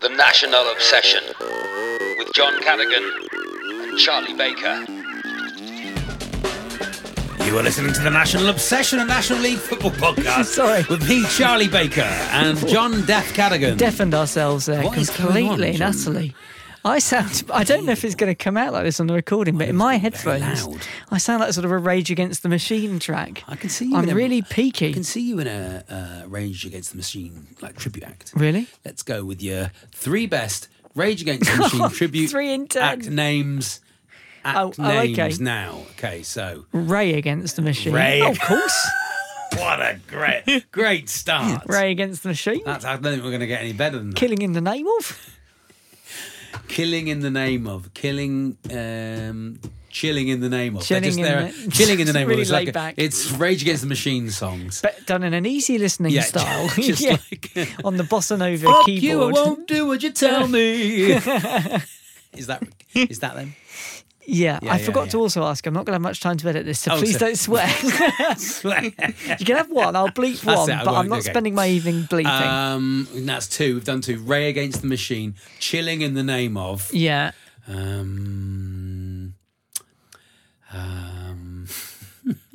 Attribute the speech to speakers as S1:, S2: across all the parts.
S1: The National Obsession with John Cadogan and Charlie Baker.
S2: You are listening to the National Obsession, a National League football podcast.
S3: Sorry.
S2: With me, Charlie Baker, and John Death Cadogan.
S3: deafened ourselves there
S2: What is
S3: completely
S2: going on,
S3: and
S2: John?
S3: utterly. I sound. I don't know if it's going to come out like this on the recording, but in my headphones,
S2: loud.
S3: I sound like sort of a Rage Against the Machine track.
S2: I can see you.
S3: I'm
S2: in a-
S3: really
S2: I
S3: peaky.
S2: can see you in a uh, Rage Against the Machine like tribute act.
S3: Really?
S2: Let's go with your three best Rage Against the Machine tribute
S3: Three in ten.
S2: act names. Act
S3: Oh, oh,
S2: names
S3: okay.
S2: now. Okay, so
S3: Ray Against the Machine.
S2: Ray-
S3: Oh, of course.
S2: what a great, great start.
S3: Ray Against the Machine.
S2: That's, I don't think we're going to get any better than that.
S3: Killing in the name of.
S2: killing in the name of killing um chilling in the name of They're
S3: Chilling
S2: just
S3: in
S2: there- uh,
S3: the-
S2: chilling in the name
S3: Really
S2: of it's like
S3: laid
S2: a-
S3: back.
S2: it's rage against the machine songs
S3: But done in an easy listening
S2: Yeah,
S3: style.
S2: just
S3: yeah.
S2: like-
S3: on the bossa nova
S2: Fuck you i
S3: keyboard.
S2: won't do what you tell me is that is that them
S3: yeah.
S2: Yeah,
S3: I
S2: yeah,
S3: forgot to
S2: yeah.
S3: also ask. I'm not going to have much time to edit this, so
S2: Oh,
S3: please
S2: so-
S3: don't sweat. you can have one. I'll bleep
S2: That's
S3: one,
S2: it, I
S3: but I'm
S2: won't,
S3: not
S2: okay.
S3: spending my evening bleeping.
S2: um and that's two we've done two ray against the machine chilling in the name of
S3: yeah.
S2: um um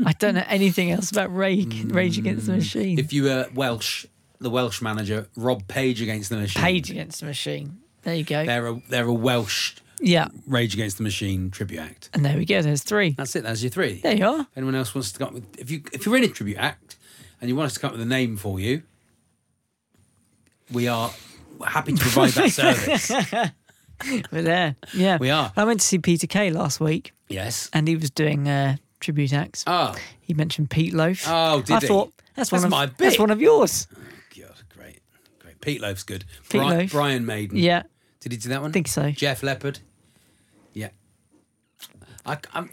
S3: I don't know anything else about Rage, Rage Against the Machine.
S2: Mm. if you were welsh the welsh manager rob page against the machine
S3: Page Against the Machine. There you go.
S2: they're a they're a welsh
S3: Yeah.
S2: Rage Against the Machine tribute act.
S3: And there we go. There's three.
S2: That's it. That's your three.
S3: There you are.
S2: If anyone else wants to come up with if you if you're in a tribute act and you want us to come up with a name for you, we are happy to provide that service.
S3: We're there. Yeah.
S2: We are.
S3: I went to see Peter Kay last week
S2: Yes.
S3: and he was doing uh, tribute acts.
S2: Oh,
S3: He mentioned Pete Loaf.
S2: Oh, did
S3: I
S2: he?
S3: thought that's one
S2: That's
S3: of
S2: my
S3: That's
S2: bit.
S3: one of yours.
S2: God, great, great. Pete Loaf's good.
S3: Pete
S2: Bri-
S3: Loaf.
S2: Brian Maiden.
S3: Yeah.
S2: Did he do that one?
S3: Think so.
S2: Jeff Leopard. Yeah. I, am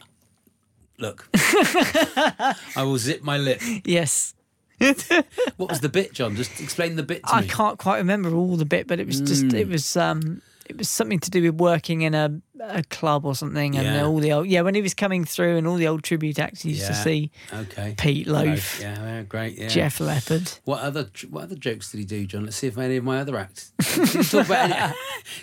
S2: Look, I will zip my lip.
S3: Yes.
S2: What was the bit, John? Just explain the bit to
S3: I
S2: me. Mm.
S3: can't quite remember all the bit, but it was just it was um it was something to do with working in a, a club or something and
S2: Yeah.
S3: all the old yeah when he was coming through and all the old tribute acts he used to
S2: Yeah.
S3: see
S2: Okay.
S3: Pete Loaf.
S2: Yeah, yeah, great. Yeah.
S3: Jeff Leopard.
S2: What other what other jokes did he do, John? Let's see if any of my other acts. Did he talk about, any,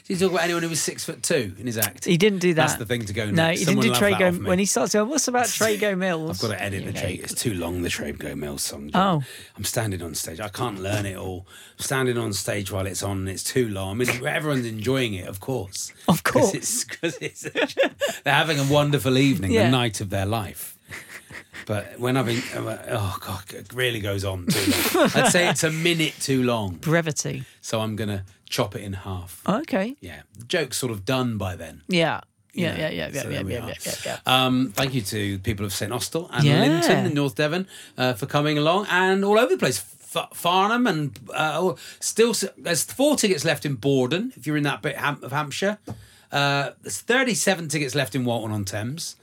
S2: did he talk about anyone who was six foot two in his act?
S3: He didn't do that.
S2: That's the thing to go
S3: No,
S2: next.
S3: he
S2: Someone
S3: didn't do
S2: love that off
S3: Trago.
S2: me.
S3: When he starts going, what's about Trago Mills?
S2: I've got to edit
S3: You
S2: the
S3: know,
S2: Trago. It's too long. The Trago Mills song. John.
S3: Oh.
S2: I'm standing on stage. I can't learn it all. I'm standing on stage while it's on. and It's too long. I mean, everyone's enjoying it, of course.
S3: Of
S2: 'Cause it's- 'cause it's- they're having a wonderful evening,
S3: Yeah.
S2: the night of their life. But when I've been, I'm like, oh god, it really goes on too long. I'd say it's a minute too long.
S3: Brevity. Oh,
S2: So I'm gonna chop it in half.
S3: Okay.
S2: Yeah, the joke's sort of done by then.
S3: Yeah. Yeah,
S2: know,
S3: yeah, yeah, yeah,
S2: so
S3: yeah,
S2: there we
S3: yeah,
S2: are.
S3: yeah, yeah, yeah.
S2: Um, thank you to the people of St Austell and
S3: Yeah.
S2: Linton in North Devon uh, for coming along and all over the place. F- Farnham and uh, all- still, s- there's four tickets left in Borden if you're in that bit Ham- of Hampshire. Uh, there's 37 tickets left in Walton on Thames.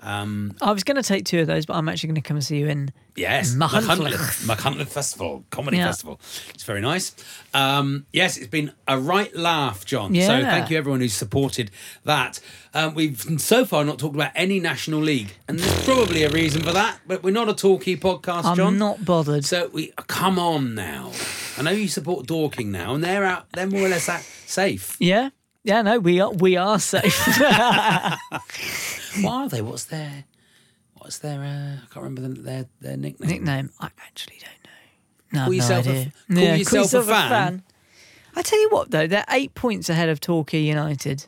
S2: Um,
S3: I was going to take two of those, but I'm actually going to come and see you in.
S2: yes,
S3: Machantlich.
S2: McHuntlet Festival, Comedy
S3: Yeah.
S2: Festival. It's very nice. Um, yes, it's been a right laugh, John. So
S3: Yeah.
S2: thank you everyone who's supported that. Um, we've so far not talked about any National League, and there's probably a reason for that, but we're not a talkie podcast,
S3: I'm
S2: John.
S3: not bothered.
S2: So we come on now. I know you support Dorking now, and they're out. They're more or less out safe.
S3: yeah, yeah. No, we are we are safe.
S2: What are they? What's their? What's their? Uh, I can't remember the, their their nickname.
S3: Nickname? I actually don't know. No, I
S2: Call
S3: have
S2: yourself a-
S3: no idea.
S2: call yourself a fan?
S3: I tell you what, though, they're eight points ahead of Torquay United,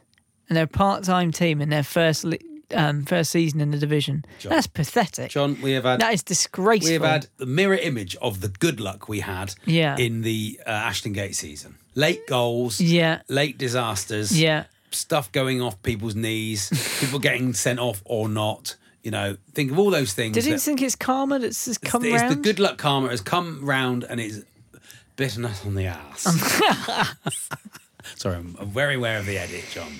S3: and they're a part-time team in their first li- um, first season in the division. That's pathetic.
S2: John, we have had
S3: that is disgraceful.
S2: we have had the mirror image of the good luck we had
S3: Yeah.
S2: in the uh, Ashton Gate season. Late goals,
S3: Yeah.
S2: late disasters,
S3: yeah,
S2: stuff going off people's knees, people getting sent off or not. You know, think of all those things.
S3: did you
S2: that-
S3: think it's karma that's has
S2: It's
S3: come
S2: the- it's
S3: round?
S2: the good luck karma has come round and it's bitten us on the ass. Sorry, I'm I'm very aware of the edit, John.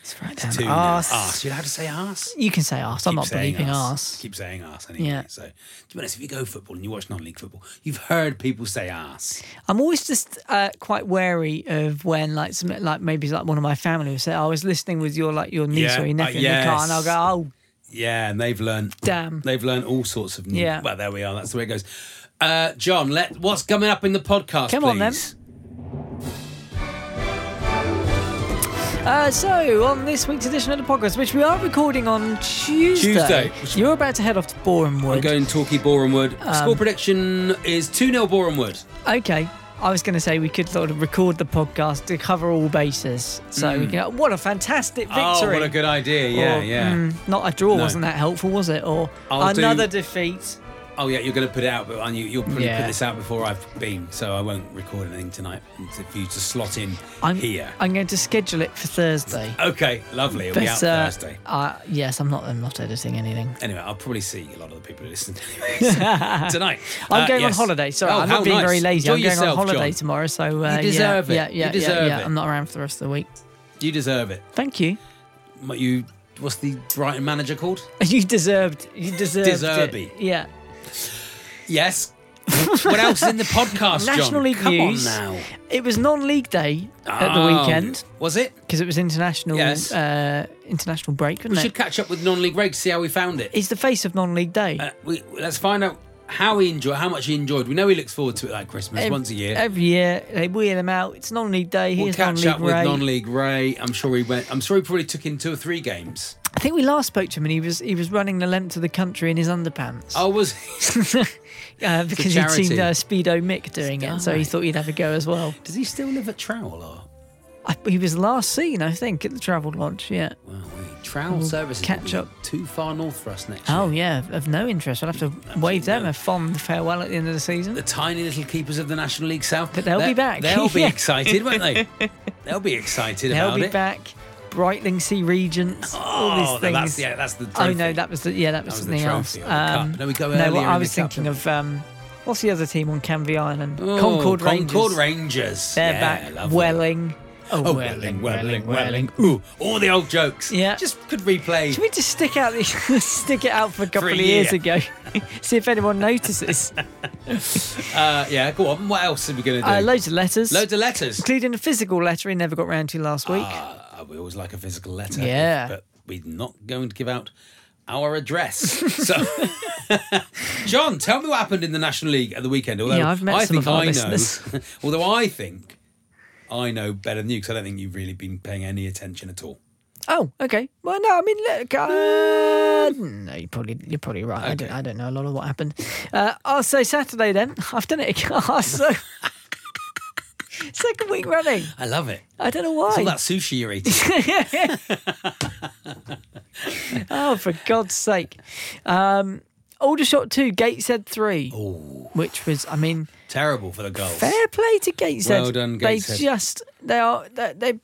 S3: It's right down
S2: Two
S3: the
S2: now.
S3: arse.
S2: Ass. You'll have to say ass.
S3: You can say arse. I'm
S2: Keep
S3: not
S2: saying
S3: believing
S2: arse.
S3: arse.
S2: Keep saying ass anyway.
S3: Yeah.
S2: So, to be honest, if you go football and you watch non-league football, you've heard people say ass.
S3: I'm always just uh, quite wary of when like some, like maybe like one of my family will say, "Oh, "I was listening with your like your niece
S2: Yeah,
S3: or your
S2: uh,
S3: nephew in the car," and I'll
S2: yes.
S3: go, "Oh
S2: Yeah, and they've learned.
S3: Damn.
S2: They've learned all sorts of.
S3: Yeah.
S2: Well, there we are. That's the way it goes. Uh, John, let what's coming up in the podcast?
S3: Come on, then.
S2: please?
S3: Uh, so, on this week's edition of the podcast, which we are recording on Tuesday,
S2: Tuesday, which-
S3: you're about to head off to Borehamwood.
S2: I'm going talkie Borehamwood.
S3: Um,
S2: Score prediction is 2 0 Borehamwood.
S3: okay, I was going to say we could sort of record the podcast to cover all bases. So, we can, what a fantastic victory!
S2: Mm. Oh, what a good idea. Yeah,
S3: Or,
S2: yeah.
S3: mm, not a draw
S2: No.
S3: wasn't that helpful, was it? Or
S2: I'll do-
S3: another defeat?
S2: Oh, yeah, you're going to put it out, but aren't you, you'll probably
S3: Yeah.
S2: put this out before I've been, so I won't record anything tonight for you to slot in
S3: I'm
S2: here.
S3: I'm going to schedule it for Thursday.
S2: okay, lovely. It'll be out
S3: But, uh,
S2: Thursday.
S3: uh, yes, I'm not. I'm not editing anything.
S2: Anyway, I'll probably see a lot of the people who listen to tonight.
S3: I'm
S2: Uh,
S3: going
S2: yes.
S3: on holiday. Sorry,
S2: Oh,
S3: I'm
S2: how
S3: not being
S2: nice.
S3: very lazy.
S2: Enjoy
S3: I'm going
S2: yourself,
S3: on holiday
S2: John.
S3: tomorrow, so uh,
S2: You deserve
S3: yeah,
S2: it.
S3: yeah,
S2: You
S3: yeah, yeah,
S2: deserve
S3: yeah.
S2: it.
S3: I'm not around for the rest of the week.
S2: You deserve it.
S3: Thank you.
S2: What you? What's the Brighton manager called?
S3: You deserved. You deserved.
S2: Deserby.
S3: It. Yeah.
S2: Yes. what else is in the podcast, John?
S3: National League
S2: Come
S3: news.
S2: on now.
S3: It was non-league day at the
S2: Oh,
S3: weekend
S2: Was it?
S3: because it was international
S2: Yes.
S3: uh, international break,
S2: We
S3: wasn't
S2: should
S3: it?
S2: catch up with non-league Greg, see how we found it.
S3: He's the face of non-league day.
S2: Uh, we, let's find out how he enjoy, how much he enjoyed. We know he looks forward to it like Christmas
S3: Ev-
S2: once a year.
S3: Every year they wheel him out. It's non-league day.
S2: we'll
S3: Here's
S2: catch
S3: non-league
S2: up with
S3: Ray.
S2: non-league Ray. I'm sure he went. I'm sure he probably took in two or three games.
S3: I think we last spoke to him and he was he was running the length of the country in his underpants.
S2: Oh, was he?
S3: uh, because he'd
S2: charity.
S3: seen uh, Speedo Mick doing it, so he
S2: Right.
S3: thought he'd have a go as well.
S2: Does he still live at Trowell or?
S3: I, he was last seen, I think, at the travel lodge. Yeah.
S2: Wow, wait, Trowell
S3: We'll
S2: services
S3: catch
S2: will be
S3: up.
S2: too far north for us next
S3: Oh
S2: year.
S3: yeah, of no interest. I'll have to wave them a fond farewell at the end of the season.
S2: The tiny little keepers of the National League South.
S3: But they'll
S2: They're-
S3: be back.
S2: They'll be
S3: Yeah.
S2: excited, won't they? They'll be excited
S3: They'll
S2: about
S3: be
S2: it.
S3: back. Brightlingsea Regents. all
S2: Oh,
S3: these things.
S2: that's yeah, that's the.
S3: oh
S2: Trophy.
S3: no, that was the, yeah, that was,
S2: was the
S3: something else. Um,
S2: trophy or the cup. No, we go
S3: no,
S2: earlier
S3: what I
S2: in
S3: was
S2: the cup,
S3: thinking
S2: don't
S3: of um, what's the other team on Canvey Island?
S2: Oh,
S3: Concord Rangers.
S2: Concord Rangers.
S3: They're
S2: Yeah,
S3: back.
S2: lovely.
S3: Welling. Oh,
S2: Oh, Welling,
S3: Welling.
S2: Welling, Welling. Ooh, all the old jokes.
S3: Yeah.
S2: Just could replay.
S3: Should we just stick out the, stick it out for a couple
S2: For a
S3: of years
S2: year.
S3: ago? See if anyone notices.
S2: Uh, yeah, go on. What else are we going to do?
S3: uh, loads of letters.
S2: Loads of letters.
S3: including a physical letter he never got round to last week.
S2: Uh, we always like a physical letter.
S3: Yeah.
S2: But we're not going to give out our address. so, John, tell me what happened in the National League at the weekend. Although
S3: Yeah, I've met
S2: I
S3: some
S2: think
S3: of our
S2: I know.
S3: listeners.
S2: although I think I know better than you because I don't think you've really been paying any attention at all.
S3: Oh, okay. Well, no, I mean, look, uh, no, you probably you're probably right. I don't I don't know a lot of what happened. Uh, I'll say Saturday then. I've done it again. Oh, so second week running.
S2: I love it.
S3: I don't know
S2: It's all
S3: why.
S2: that sushi you're eating.
S3: Oh, for God's sake! Um, Aldershot two, Gateshead three,
S2: Oh.
S3: which was, I mean,
S2: Terrible for the goals.
S3: fair play to Gateshead.
S2: Well done, Gateshead.
S3: They just they are they. they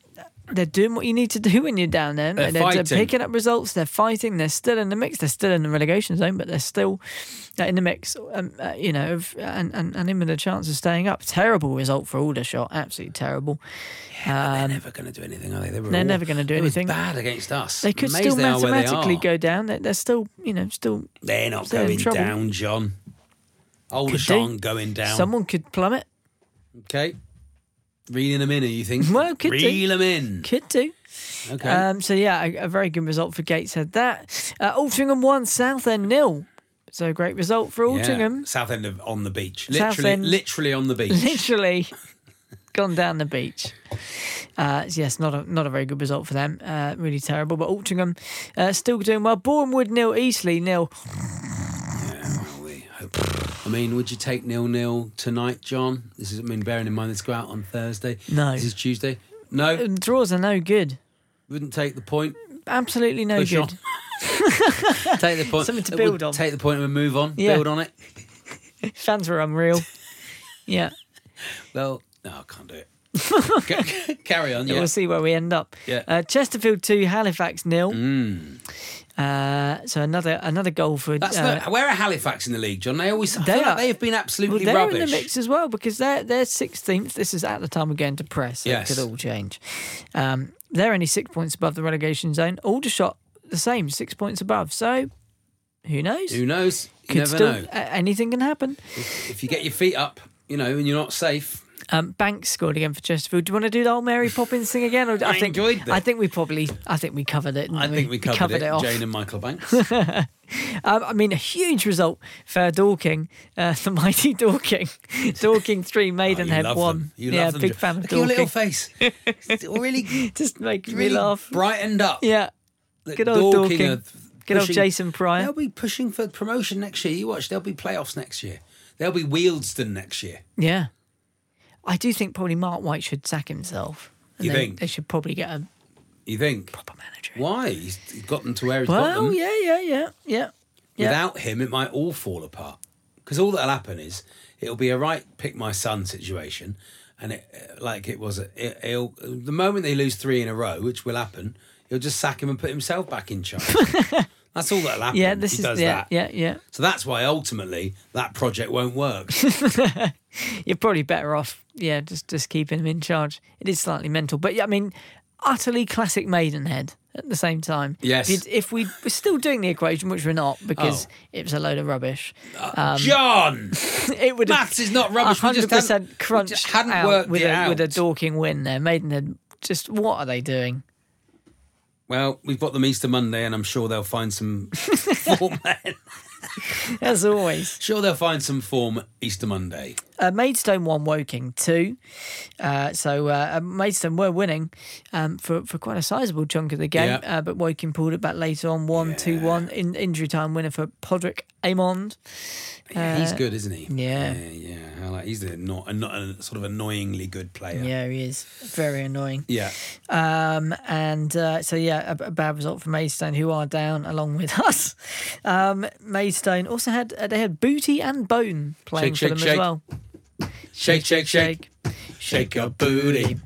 S3: they're doing what you need to do when you're down there. aren't they?
S2: They're
S3: They're, they're
S2: fighting.
S3: picking up results. They're fighting. They're still in the mix. They're still in the relegation zone, but they're still uh, in the mix. Um, uh, you know, of, and, and and in with a chance of staying up. Terrible result for Aldershot. Absolutely terrible.
S2: they're never going to do anything, are they? they were
S3: they're
S2: aw-
S3: never gonna do
S2: they were
S3: anything.
S2: bad against us.
S3: They could
S2: Amazed
S3: still
S2: they are where they
S3: mathematically
S2: are.
S3: go down. They're, they're still, you know, still
S2: They're not
S3: they're in
S2: going
S3: trouble.
S2: down, John.
S3: Could do.
S2: Aldershot going down.
S3: Someone could plummet.
S2: Okay. Reeling them in, are you thinking?
S3: Well, could do.
S2: Reel them in.
S3: Could do.
S2: Okay.
S3: Um, so yeah, a, a very good result for Gateshead. That uh, Altrincham one, Southend nil. So a great result for
S2: Yeah.
S3: Altrincham.
S2: South End of on the beach.
S3: South
S2: Literally,
S3: End.
S2: literally on the beach.
S3: literally gone down the beach. Uh, yes, not a not a very good result for them. Uh, really terrible. But Altrincham uh, still doing well. Bournemouth nil, Eastleigh nil.
S2: We hope- I mean, would you take nil nil tonight, John? This is, I mean, bearing in mind this go out on Thursday.
S3: No. Uh,
S2: This is Tuesday. No,
S3: And Draws are no good.
S2: wouldn't take the point.
S3: Absolutely no
S2: Push
S3: good.
S2: on. take the point.
S3: Something to
S2: It
S3: build
S2: would
S3: on.
S2: Take the point and move on.
S3: Yeah.
S2: Build on it.
S3: Fans were unreal. Yeah,
S2: Well, no, I can't do it. Ca- Carry on. Yeah.
S3: we'll see where we end up.
S2: Yeah. Mm.
S3: Uh, Chesterfield two, Halifax nil. Uh, so another another goal for.
S2: That's
S3: uh,
S2: the, where are Halifax in the league, John? They always I
S3: They
S2: feel
S3: are-
S2: like they have been absolutely
S3: well, they're
S2: rubbish.
S3: in the mix as well because they're they're sixteenth. This is at the time we're going to press. So
S2: Yes.
S3: it could all change. Um, they're only six points above the relegation zone. Aldershot the same, six points above. So who knows?
S2: Who knows? You
S3: could
S2: never
S3: still
S2: know.
S3: a- anything can happen.
S2: If you get your feet up, you know, and you're not safe,
S3: Um, Banks scored again for Chesterfield. Do you want to do the old Mary Poppins thing again? Or, I, think
S2: enjoyed that.
S3: I think we probably I think we covered it. didn't
S2: I think we covered, it.
S3: off.
S2: Jane and Michael Banks.
S3: Um, I mean, a huge result for Dorking, uh, the mighty Dorking. Dorking three, Maidenhead
S2: love
S3: one.
S2: them. Oh, You
S3: yeah,
S2: love them,
S3: big
S2: Jo-
S3: fan of
S2: Look at
S3: Dorking.
S2: your little face. It's really,
S3: Just making
S2: really
S3: me laugh.
S2: brightened up.
S3: Yeah.
S2: That
S3: Good old Dorking.
S2: are
S3: Good old
S2: pushing-
S3: Jason Pryor.
S2: They'll be pushing for promotion next year. You watch, there'll be playoffs next year. There'll be Wealdstone next year.
S3: Yeah. I do think probably Mark White should sack himself. And
S2: You
S3: they,
S2: think?
S3: They should probably get a
S2: You think?
S3: proper manager. in.
S2: Why? He's he's got them to where he's got them.
S3: Well, yeah, yeah, yeah, yeah. Yeah.
S2: Without him, it might all fall apart. Because all that'll happen is it'll be a right pick my son situation, and it like it was. It, it'll the moment they lose three in a row, which will happen, he'll just sack him and put himself back in charge. that's all that'll happen.
S3: yeah, this
S2: he
S3: is
S2: does
S3: yeah,
S2: that.
S3: yeah, yeah.
S2: So that's why ultimately that project won't work.
S3: You're probably better off, yeah, just just keeping him in charge. It is slightly mental, but yeah, I mean, utterly classic Maidenhead. At the same time,
S2: Yes.
S3: If, you'd- if we were still doing the equation, which we're not, because
S2: Oh.
S3: it was a load of rubbish, Um,
S2: John,
S3: it would have
S2: maths is not rubbish. We
S3: hundred
S2: just haven't- we
S3: percent
S2: just
S3: crunched
S2: hadn't
S3: out
S2: worked
S3: with
S2: it
S3: a with a
S2: out.
S3: Dorking win there. Maidenhead, just what are they doing?
S2: Well, we've got them Easter Monday, and I'm sure they'll find some form.
S3: As always,
S2: sure, they'll find some form Easter Monday.
S3: uh, Maidstone won Woking two, uh, so uh, uh, Maidstone were winning um, for for quite a sizable chunk of the game,
S2: Yeah.
S3: uh, but Woking pulled it back later on one two one in injury time winner for Podrick Amond. Uh,
S2: he's good, isn't he?
S3: yeah.
S2: yeah, yeah. I like, he's a not, a not a sort of annoyingly good player.
S3: Yeah, he is very annoying.
S2: yeah.
S3: Um, and uh, so, yeah, a, a bad result for Maidstone, who are down along with us. Um, Maidstone also had uh, they had Booty and Bone playing
S2: Shake,
S3: for them
S2: shake,
S3: as
S2: shake.
S3: well.
S2: Shake, shake, shake, shake your booty,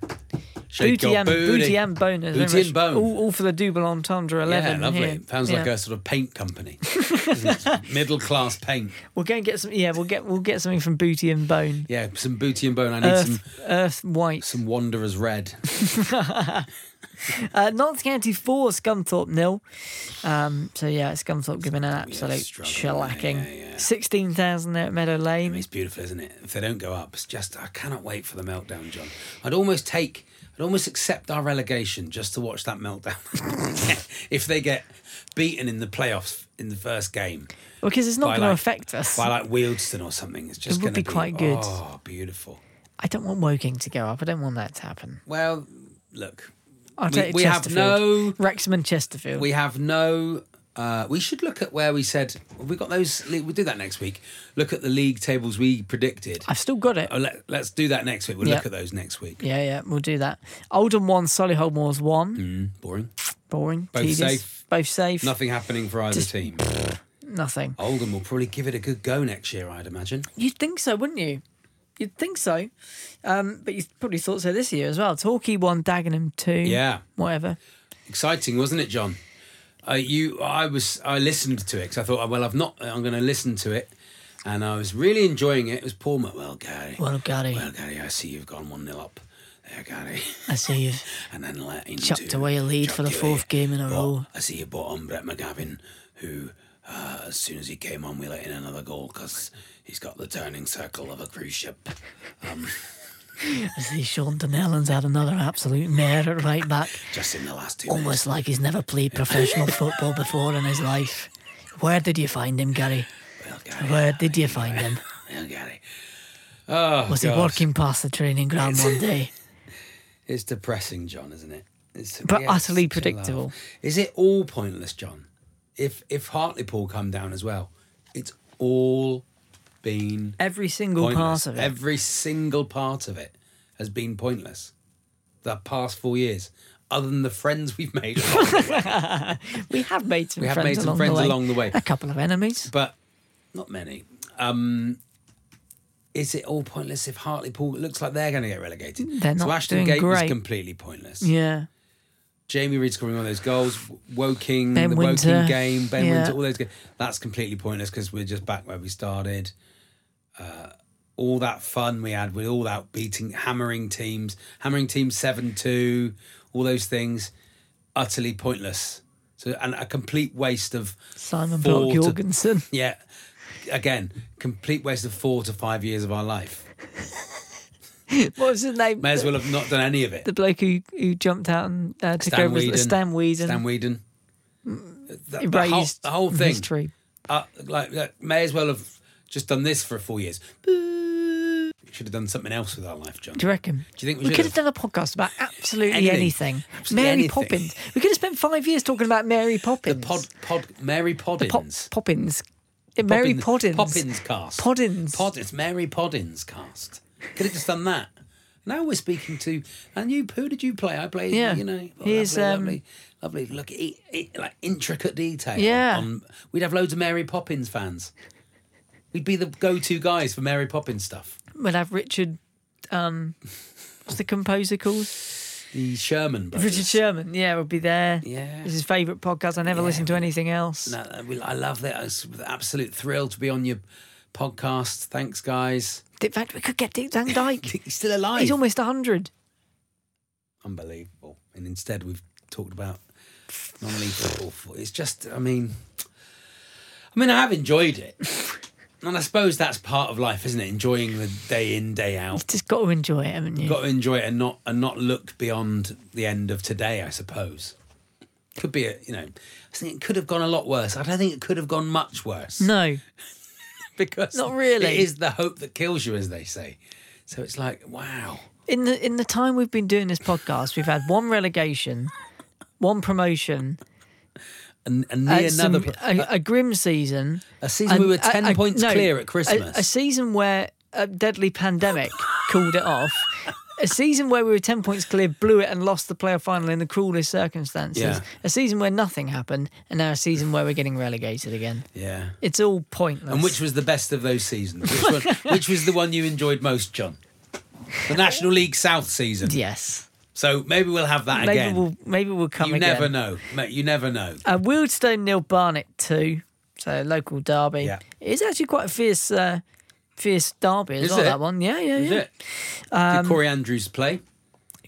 S2: shake
S3: Booty
S2: your
S3: and,
S2: booty.
S3: booty. and Bone. There's very
S2: Booty and
S3: much-
S2: Bone.
S3: All, all for the double entendre 11.
S2: yeah, lovely.
S3: here.
S2: It Sounds like
S3: Yeah.
S2: a sort of paint company, middle class paint.
S3: We'll go and get some. Yeah, we'll get we'll get something from Booty and Bone.
S2: Yeah, some booty and bone. I need some
S3: Earth, Earth White.
S2: some Wanderers red.
S3: Uh, Notts County 4, Scunthorpe nil. Um, so, yeah, Scunthorpe giving an absolute
S2: struggling, yeah,
S3: shellacking.
S2: yeah, yeah.
S3: 16,000 there at Meadow Lane.
S2: I mean, it's beautiful, isn't it? If they don't go up, it's just I cannot wait for the meltdown, John. I'd almost take, I'd almost accept our relegation just to watch that meltdown. if they get beaten in the playoffs in the first game
S3: Because it's not
S2: By
S3: going to
S2: like-
S3: affect us.
S2: by like Wealdstone or something, it's just
S3: It would
S2: going to
S3: be quite good.
S2: Oh, beautiful.
S3: I don't want Woking to go up. I don't want that to happen.
S2: Well, look,
S3: I'll
S2: We-
S3: take it
S2: we have
S3: Chesterfield.
S2: no-
S3: Wrexham and Chesterfield.
S2: we have no. Uh, we should look at where we said we got those. We'll do that next week. Look at the league tables we predicted.
S3: I've still got it.
S2: Oh, let, let's do that next week. We'll
S3: Yeah.
S2: look at those next week.
S3: Yeah, yeah, we'll do that. Oldham one, Solihull Moors one.
S2: Boring.
S3: Boring.
S2: Mm. Both
S3: tedious.
S2: safe.
S3: Both safe.
S2: Nothing happening for either team.
S3: Nothing.
S2: Oldham will probably give it a good go next year, I'd imagine.
S3: You'd think so, wouldn't you? You'd think so, um, but you probably thought so this year as well. Torquay one, Dagenham two.
S2: Yeah.
S3: whatever.
S2: Exciting, wasn't it, John? Uh, you, I was, I listened to it because I thought, oh, well, I've not, I'm going to listen to it, and I was really enjoying it. It was Paul, Mc- well, Gary,
S3: Well, Gary,
S2: well, Gary, I see you've gone one 0 up, there, Gary,
S3: I see you've
S2: and then let into,
S3: Chucked away a lead for the
S2: chucked
S3: fourth game in a
S2: But
S3: row.
S2: I see you bought on Brett McGavin, who, uh, as soon as he came on, we let in another goal because he's got the turning circle of a cruise ship.
S3: I see Sean Donnellan's had another absolute mare at right back.
S2: Just in the last two minutes.
S3: Almost like he's never played professional football before in his life. Where did you find him, Gary?
S2: Well, Gary,
S3: Where did you find him?
S2: well, Gary. Oh,
S3: Was
S2: God.
S3: he working past the training ground one day?
S2: It's depressing, John, isn't it? It's,
S3: But
S2: yeah, it's
S3: utterly
S2: such a
S3: predictable.
S2: laugh. Is it all pointless, John? If if Hartlepool come down as well, it's all been
S3: Every single
S2: pointless.
S3: pass of it.
S2: Every single part of it has been pointless. The past four years, other than the friends we've made, along the way.
S3: we have made some
S2: We have
S3: friends,
S2: made some
S3: along,
S2: friends
S3: the way.
S2: along the way.
S3: A couple of enemies.
S2: but not many. Um, is it all pointless if Hartlepool it looks like they're going to get relegated?
S3: They're
S2: so
S3: not
S2: Ashton
S3: doing
S2: Gate was
S3: great.
S2: completely pointless.
S3: Yeah.
S2: Jamie Reid scoring all those goals, Woking,
S3: Ben
S2: the
S3: Winter,
S2: Woking game, Ben
S3: yeah.
S2: Winter, all those games. That's completely pointless because we're just back where we started. Uh, all that fun we had with all that beating, hammering teams, hammering teams 7 2, all those things, utterly pointless. So, and a complete waste of
S3: Simon
S2: four
S3: Block
S2: to-
S3: Jorgensen.
S2: yeah. Again, complete waste of four to five years of our life.
S3: What was his name?
S2: May as well have not done any of it.
S3: The bloke who, who jumped out and uh, took
S2: Stan
S3: over as
S2: Whedon.
S3: Stan Whedon.
S2: Stan Whedon. The, the whole,
S3: erased
S2: the whole thing.
S3: history.
S2: Uh, like, uh, may as well have just done this for four years. We should have done something else with our life, John.
S3: Do you reckon?
S2: Do you think we
S3: could
S2: should
S3: have done a podcast about absolutely
S2: Anything.
S3: anything?
S2: Absolutely
S3: Mary
S2: anything.
S3: Poppins. We could have spent five years talking about Mary
S2: The
S3: Poppins.
S2: pod, pod, Mary Poddins.
S3: Pop- Poppins. Yeah, Mary Poppins.
S2: Poppins. Poppins cast.
S3: Poddins.
S2: Pod, it's Mary Poddins cast. Could have just done that. Now we're speaking to, and you, who did you play? I played,
S3: Yeah.
S2: you know, oh,
S3: Here's,
S2: lovely,
S3: um,
S2: lovely, lovely, look, e- e- like intricate detail.
S3: Yeah.
S2: on- we'd have loads of Mary Poppins fans. We'd be the go-to guys for Mary Poppins stuff.
S3: We'll have Richard. Um, what's the composer called?
S2: The Sherman brothers.
S3: Richard Sherman. Yeah, will be there.
S2: Yeah.
S3: It's his favourite podcast. I never
S2: Yeah.
S3: listen to anything else.
S2: No, I will- I love that. It's an absolute thrill to be on your podcast. Thanks, guys.
S3: In fact, we could get Dick Van Dyke.
S2: He's still alive.
S3: He's almost 100.
S2: unbelievable. And instead, we've talked about non-lethal awful. It's just, I mean, I mean, I have enjoyed it, and I suppose that's part of life, isn't it? Enjoying the day in, day out.
S3: You've just got to enjoy it, haven't you?
S2: You've got to enjoy it and not and not look beyond the end of today. I suppose could be a, you know, I think it could have gone a lot worse. I don't think it could have gone much worse
S3: no.
S2: because
S3: Not really.
S2: It is the hope that kills you, as they say. So it's like, wow.
S3: In the in the time we've been doing this podcast, we've had one relegation, one promotion,
S2: And, and
S3: uh,
S2: near
S3: some-
S2: another,
S3: a, a grim season.
S2: A season we were 10 points clear at Christmas.
S3: A, a season where a deadly pandemic called it off. A season where we were 10 points clear, blew it, and lost the playoff final in the cruelest circumstances.
S2: Yeah.
S3: A season where nothing happened, and now a season where we're getting relegated again.
S2: yeah.
S3: It's all pointless.
S2: And which was the best of those seasons? Which, one, which was the one you enjoyed most, John? The National League South season.
S3: Yes.
S2: So maybe we'll have that
S3: Maybe
S2: again.
S3: we'll maybe we'll come
S2: you
S3: again.
S2: never know. Ma- You never know.
S3: Uh, Wildstone nil Barnet two, so local derby.
S2: Yeah.
S3: It's actually quite a fierce, uh, fierce derby as
S2: Is
S3: well.
S2: it?
S3: That one, yeah, yeah,
S2: Is
S3: Oh, yeah. Um,
S2: it? Did Corey Andrews play?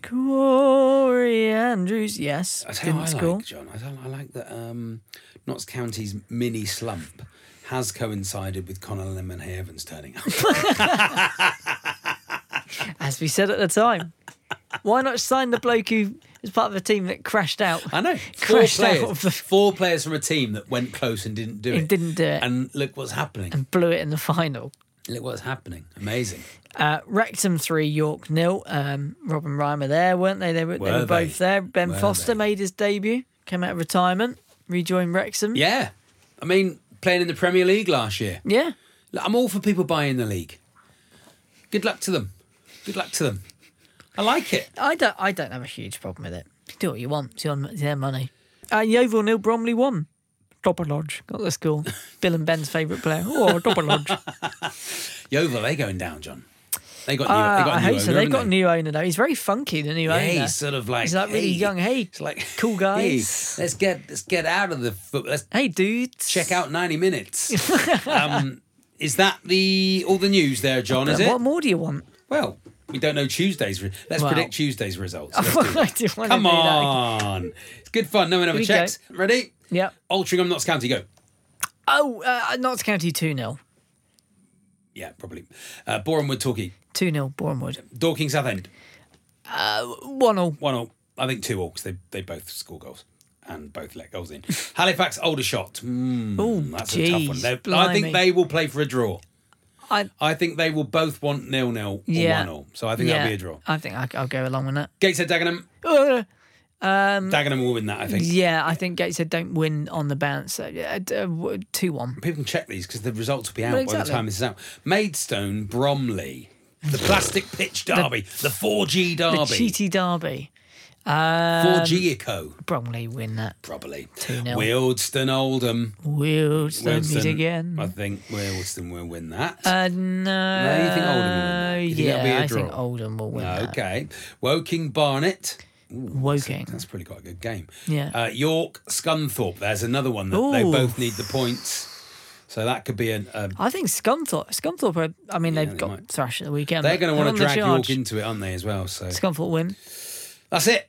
S3: Corey Andrews, yes,
S2: I tell you
S3: didn't
S2: what I
S3: score.
S2: like, John. I, tell- I like that um, Notts County's mini slump has coincided with Conor Lemon Havens turning up.
S3: As we said at the time, why not sign the bloke who is part of a team that crashed out?
S2: I know. Four
S3: crashed
S2: players,
S3: out of the
S2: four players from a team that went close and didn't do
S3: It
S2: it.
S3: didn't do it. Um,
S2: And look what's happening.
S3: and blew it in the final.
S2: Look what's happening. Amazing.
S3: Uh, Wrexham three, York nil. Um, Rob and Ryan were there, weren't they? They were, they
S2: Were
S3: were
S2: they?
S3: both there. Ben
S2: Were
S3: Foster
S2: they?
S3: made his debut, came out of retirement, rejoined Wrexham.
S2: Yeah. I mean, playing in the Premier League last year.
S3: yeah.
S2: Look, I'm all for people buying the league. Good luck to them. Good luck to them. I like it.
S3: I don't. I don't have a huge problem with it. Do what you want. It's your, it's their money. Uh, Yeovil nil Bromley one. Dopper Lodge got the score. Bill and Ben's favourite player. Oh, Dopper Lodge.
S2: Yeovil, they going down, John. They got new.
S3: Ah,
S2: they got
S3: I
S2: new.
S3: hate so. They've got a new owner though. He's very funky, the new
S2: Yeah,
S3: owner.
S2: he's sort of like
S3: he's like really
S2: hey.
S3: young. Hey,
S2: It's like
S3: cool guys.
S2: Hey, let's get let's get out of the. foot. Let's
S3: hey, dudes.
S2: check out ninety minutes. um, is that the all the news there, John? Is it?
S3: Uh, What more do you want?
S2: Well, we don't know Tuesday's. Re- Let's
S3: Wow.
S2: predict Tuesday's results. Let's do
S3: I
S2: that.
S3: do wanna
S2: Come
S3: do that.
S2: on, it's good fun. No one ever
S3: Here we
S2: checks. Ready?
S3: Yep.
S2: Altrincham, Notts County, go.
S3: Oh, uh, Notts County two 0
S2: Yeah, probably. Uh, Bournemouth, Torquay,
S3: two 0 Bournemouth
S2: Dorking, Southend.
S3: one 0
S2: One all. I think two all 'cause they they both score goals and both let goals in. Halifax, Aldershot. Mm,
S3: Oh,
S2: that's a tough one.
S3: jeez,
S2: They- I
S3: blimey.
S2: think they will play for a draw.
S3: I
S2: I think they will both want nil nil or
S3: yeah.
S2: one all. So I think
S3: yeah.
S2: that'll be a draw.
S3: I think I, I'll go along with that.
S2: Gateshead, Dagenham.
S3: Uh, um,
S2: Dagenham will win that. I think.
S3: yeah, I think Gateshead don't win on the bounce. So, yeah, uh, two one.
S2: People can check these because the results will be out
S3: Well,
S2: by the
S3: exactly.
S2: time this is out. Maidstone, Bromley, the plastic pitch derby, the four G
S3: The
S2: derby,
S3: cheaty derby.
S2: four
S3: um,
S2: G eco
S3: Bromley win that.
S2: probably.
S3: 2-0.
S2: Wildstone, Oldham,
S3: We'll meet
S2: Wildstone
S3: again.
S2: I think Wildstone will win that.
S3: Uh, no.
S2: you think Oldham will win that? You think
S3: yeah,
S2: that'll be a
S3: I think
S2: draw?
S3: Oldham will win that.
S2: okay, Woking, Barnet.
S3: Woking.
S2: That's probably quite a good game.
S3: Yeah.
S2: Uh, York, Scunthorpe. There's another one that they
S3: Ooh.
S2: both need the points. So that could be an. A,
S3: I think Scunthorpe. Scunthorpe. Are, I mean, they've
S2: they
S3: got
S2: might.
S3: thrashed at the weekend.
S2: they're
S3: but
S2: going to want to
S3: on the
S2: drag
S3: charge.
S2: York into it, aren't they, as well? So
S3: Scunthorpe win.
S2: that's it.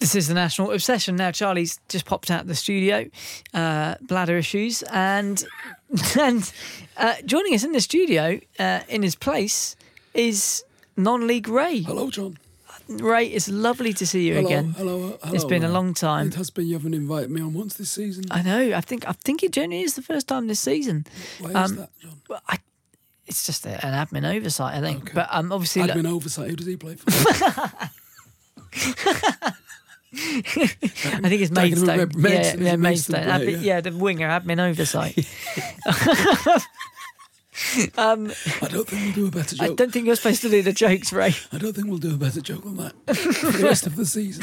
S3: This is the national obsession. Now Charlie's just popped out the studio, uh, bladder issues, and and uh, joining us in the studio uh, in his place is non-league Ray.
S4: Hello, John.
S3: Ray, it's lovely to see you
S4: Hello,
S3: again.
S4: hello, uh, hello.
S3: It's been a
S4: uh,
S3: long time.
S4: It has been. You haven't invited me on once this season.
S3: I know. I think I think it generally is the first time this season.
S4: Why
S3: um,
S4: is that, John?
S3: Well, I, it's just a, an admin oversight, I think. But um, obviously, look-
S4: Admin oversight. Who does he play for?
S3: I think it's
S4: Dagenham and
S3: Maidstone. yeah,
S4: Red- Maidstone,
S3: yeah,
S4: it's Maidstone
S3: Maidstone.
S4: player,
S3: Admin-
S4: yeah.
S3: yeah, the winger admin oversight.
S4: I don't think we'll do a better
S3: I
S4: joke.
S3: don't think you're supposed to do the jokes, Ray.
S4: I don't think we'll do a better joke than that for the rest of the season.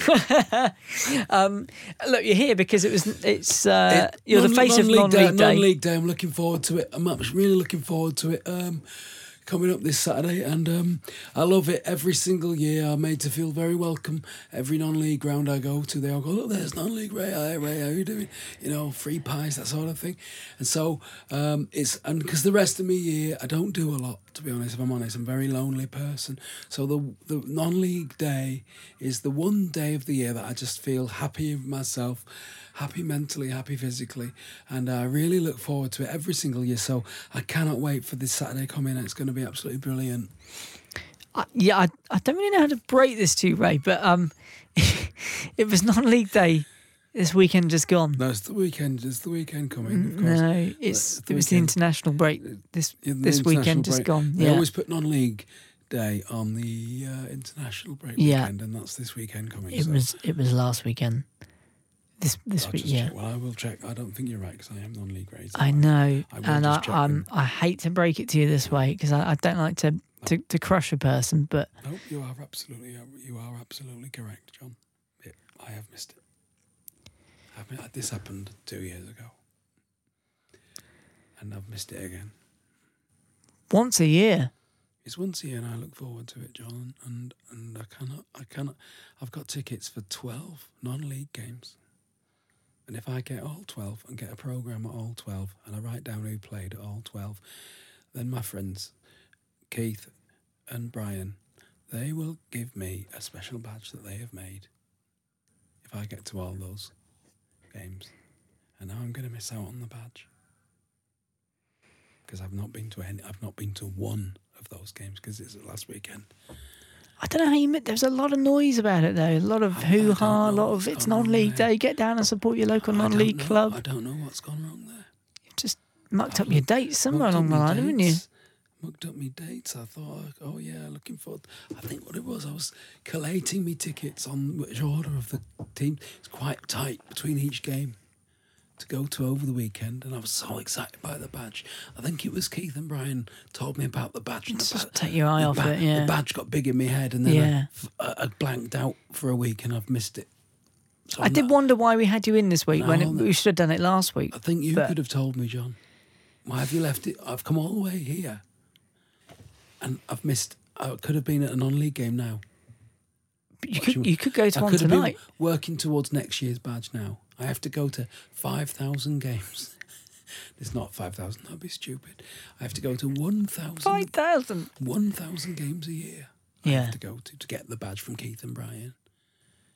S3: Look, you're here because it was. It's uh, you're the
S4: Non-
S3: face of
S4: non-league
S3: non-league day.
S4: Non-league day. I'm looking forward to it. I'm actually really looking forward to it. Um, coming up this Saturday, and um, I love it. Every single year, I'm made to feel very welcome. Every non-league ground I go to, they all go, "Look, there's non-league Ray. Hi, Ray. How you doing? You know, free pies, that sort of thing." And so um, it's and because the rest of me year, I don't do a lot. To be honest, if I'm honest, I'm a very lonely person. So the the non-league day is the one day of the year that I just feel happy with myself happy mentally, happy physically, and I really look forward to it every single year. So I cannot wait for this Saturday coming. It's going to be absolutely brilliant.
S3: I, yeah, I, I don't really know how to break this to you, Ray, but um, it was non-league day this weekend just gone.
S4: No, it's the weekend. It's the weekend coming. Of course.
S3: Mm, No, it's
S4: the
S3: it was the
S4: weekend.
S3: international break this
S4: Yeah, the
S3: this weekend
S4: international
S3: just
S4: break.
S3: gone.
S4: They
S3: Yeah,
S4: always put non-league day on the uh, international break
S3: Yeah.
S4: weekend, and that's this weekend coming.
S3: it
S4: so
S3: was it was last weekend. This this
S4: I'll
S3: week,
S4: just
S3: yeah.
S4: check. Well, I will check. I don't think you're right because I am non-league grades.
S3: I know,
S4: I will
S3: and I
S4: just check
S3: um,
S4: them.
S3: I hate to break it to you this way because I, I don't like to, to to crush a person, but
S4: Nope, you are absolutely uh, you are absolutely correct, John. It, I have missed it. I mean, this happened two years ago, and I've missed it again.
S3: once a year.
S4: It's once a year, and I look forward to it, John. And and I cannot, I cannot. I've got tickets for twelve non-league games, and if I get all twelve and get a program at all twelve, and I write down who played at all twelve, then my friends, Keith and Brian, they will give me a special badge that they have made. If I get to all those games, and now I'm going to miss out on the badge because I've not been to any. I've not been to one of those games because it's the last weekend.
S3: I don't know how you. mi- There was a lot of noise about it though. A lot of
S4: I- I don't
S3: hoo ha. A
S4: know
S3: lot
S4: what's
S3: of it's
S4: gone on
S3: non-league
S4: there.
S3: day. Get down and support your local
S4: I don't
S3: non-league
S4: know- I
S3: club.
S4: don't know what's gone wrong there.
S3: You've just mucked up
S4: I've
S3: your
S4: looked-
S3: dates somewhere
S4: mucked up
S3: along the
S4: my
S3: line, haven't you?
S4: dates. Mucked up my dates. I thought, oh yeah, looking forward. I think what it was, I was collating me tickets on which order of the team. It's quite tight between each game to go to over the weekend, and I was so excited by the badge. I think it was Keith and Brian told me about the badge. And the
S3: It's just
S4: ba-
S3: take your eye
S4: the
S3: off
S4: ba-
S3: it, yeah.
S4: the badge got big in my head, and then
S3: Yeah.
S4: I f- I, I blanked out for a week, and I've missed it. So
S3: I
S4: I'm
S3: did
S4: not-
S3: wonder why we had you in this week when it,
S4: No,
S3: we should have done it last week.
S4: I think you
S3: but-
S4: could have told me, John. Why have you left it? I've come all the way here, and I've missed. I could have been at a non-league game now.
S3: But You
S4: What do
S3: could, you could go to
S4: I
S3: one
S4: could have
S3: tonight.
S4: been working towards next year's badge now. I have to go to five thousand games. it's not five thousand. That'd be stupid. I have to go to one
S3: Five
S4: thousand.
S3: thousand.
S4: One thousand games a year. I
S3: Yeah,
S4: have to go to to get the badge from Keith and Brian.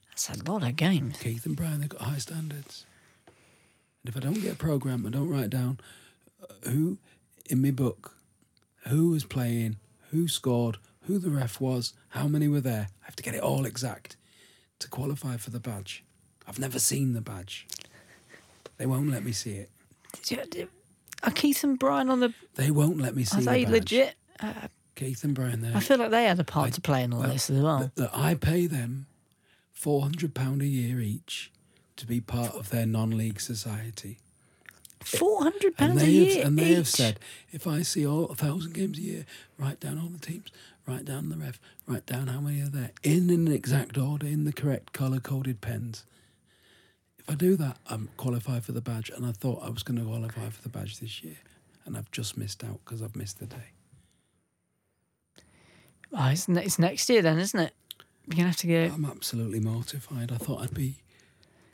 S3: that's a lot of games.
S4: Keith and Brian, they've got high standards. And if I don't get a program, I don't write down uh, who in my book, who was playing, who scored, who the ref was, how many were there. I have to get it all exact to qualify for the badge. I've never seen the badge. They won't let me see it.
S3: Did you, did, are Keith and Brian on the?
S4: They won't let me see.
S3: Are
S4: the
S3: they
S4: badge.
S3: legit?
S4: Keith and Brian, there.
S3: I feel like they had a part to play in all
S4: Well, uh,
S3: this as well.
S4: That, that I pay them four hundred pound a year each to be part of their non-league society.
S3: Four hundred
S4: And
S3: pounds a
S4: they,
S3: year
S4: have, and they have
S3: each.
S4: said, if I see all a thousand games a year, write down all the teams, write down the ref, write down how many are there in an exact order in the correct color coded pens. If I do that, I'm qualified for the badge. And I thought I was going to qualify for the badge this year, and I've just missed out because I've missed the day.
S3: Oh, it's, ne- it's next year then, isn't it? You're gonna have to go.
S4: I'm absolutely mortified. I thought I'd be,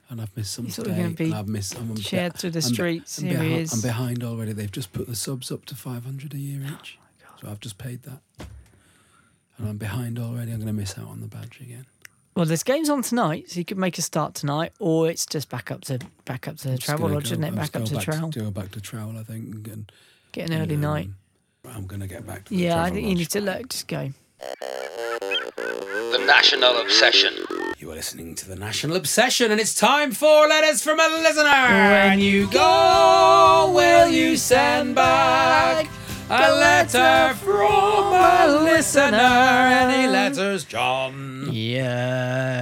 S4: and I've missed some
S3: You thought
S4: today.
S3: you were gonna be
S4: and I've missed. I'm, I'm
S3: shared through the
S4: I'm
S3: streets,
S4: I'm,
S3: here he
S4: behi-
S3: is.
S4: I'm behind already. They've just put the subs up to 500 a year
S3: Oh
S4: each, so I've just paid that, and I'm behind already. I'm going to miss out on the badge again.
S3: Well, there's games on tonight, so you could make a start tonight, or it's just back up to back up to the
S4: Just
S3: travel
S4: gonna
S3: lodge,
S4: go-
S3: isn't it?
S4: I'm
S3: Back
S4: just
S3: up
S4: go
S3: to
S4: back
S3: travel.
S4: go back to trowel, I think. And, and,
S3: Get an early
S4: um,
S3: night.
S4: I'm going to get back to. The
S3: Yeah, I
S4: Travel
S3: think you
S4: Lodge.
S3: need to look. Just go.
S1: The National Obsession.
S2: You are listening to the National Obsession, and it's time for letters from a listener. When you go, will you send back a letter from a listener? Any letters, John?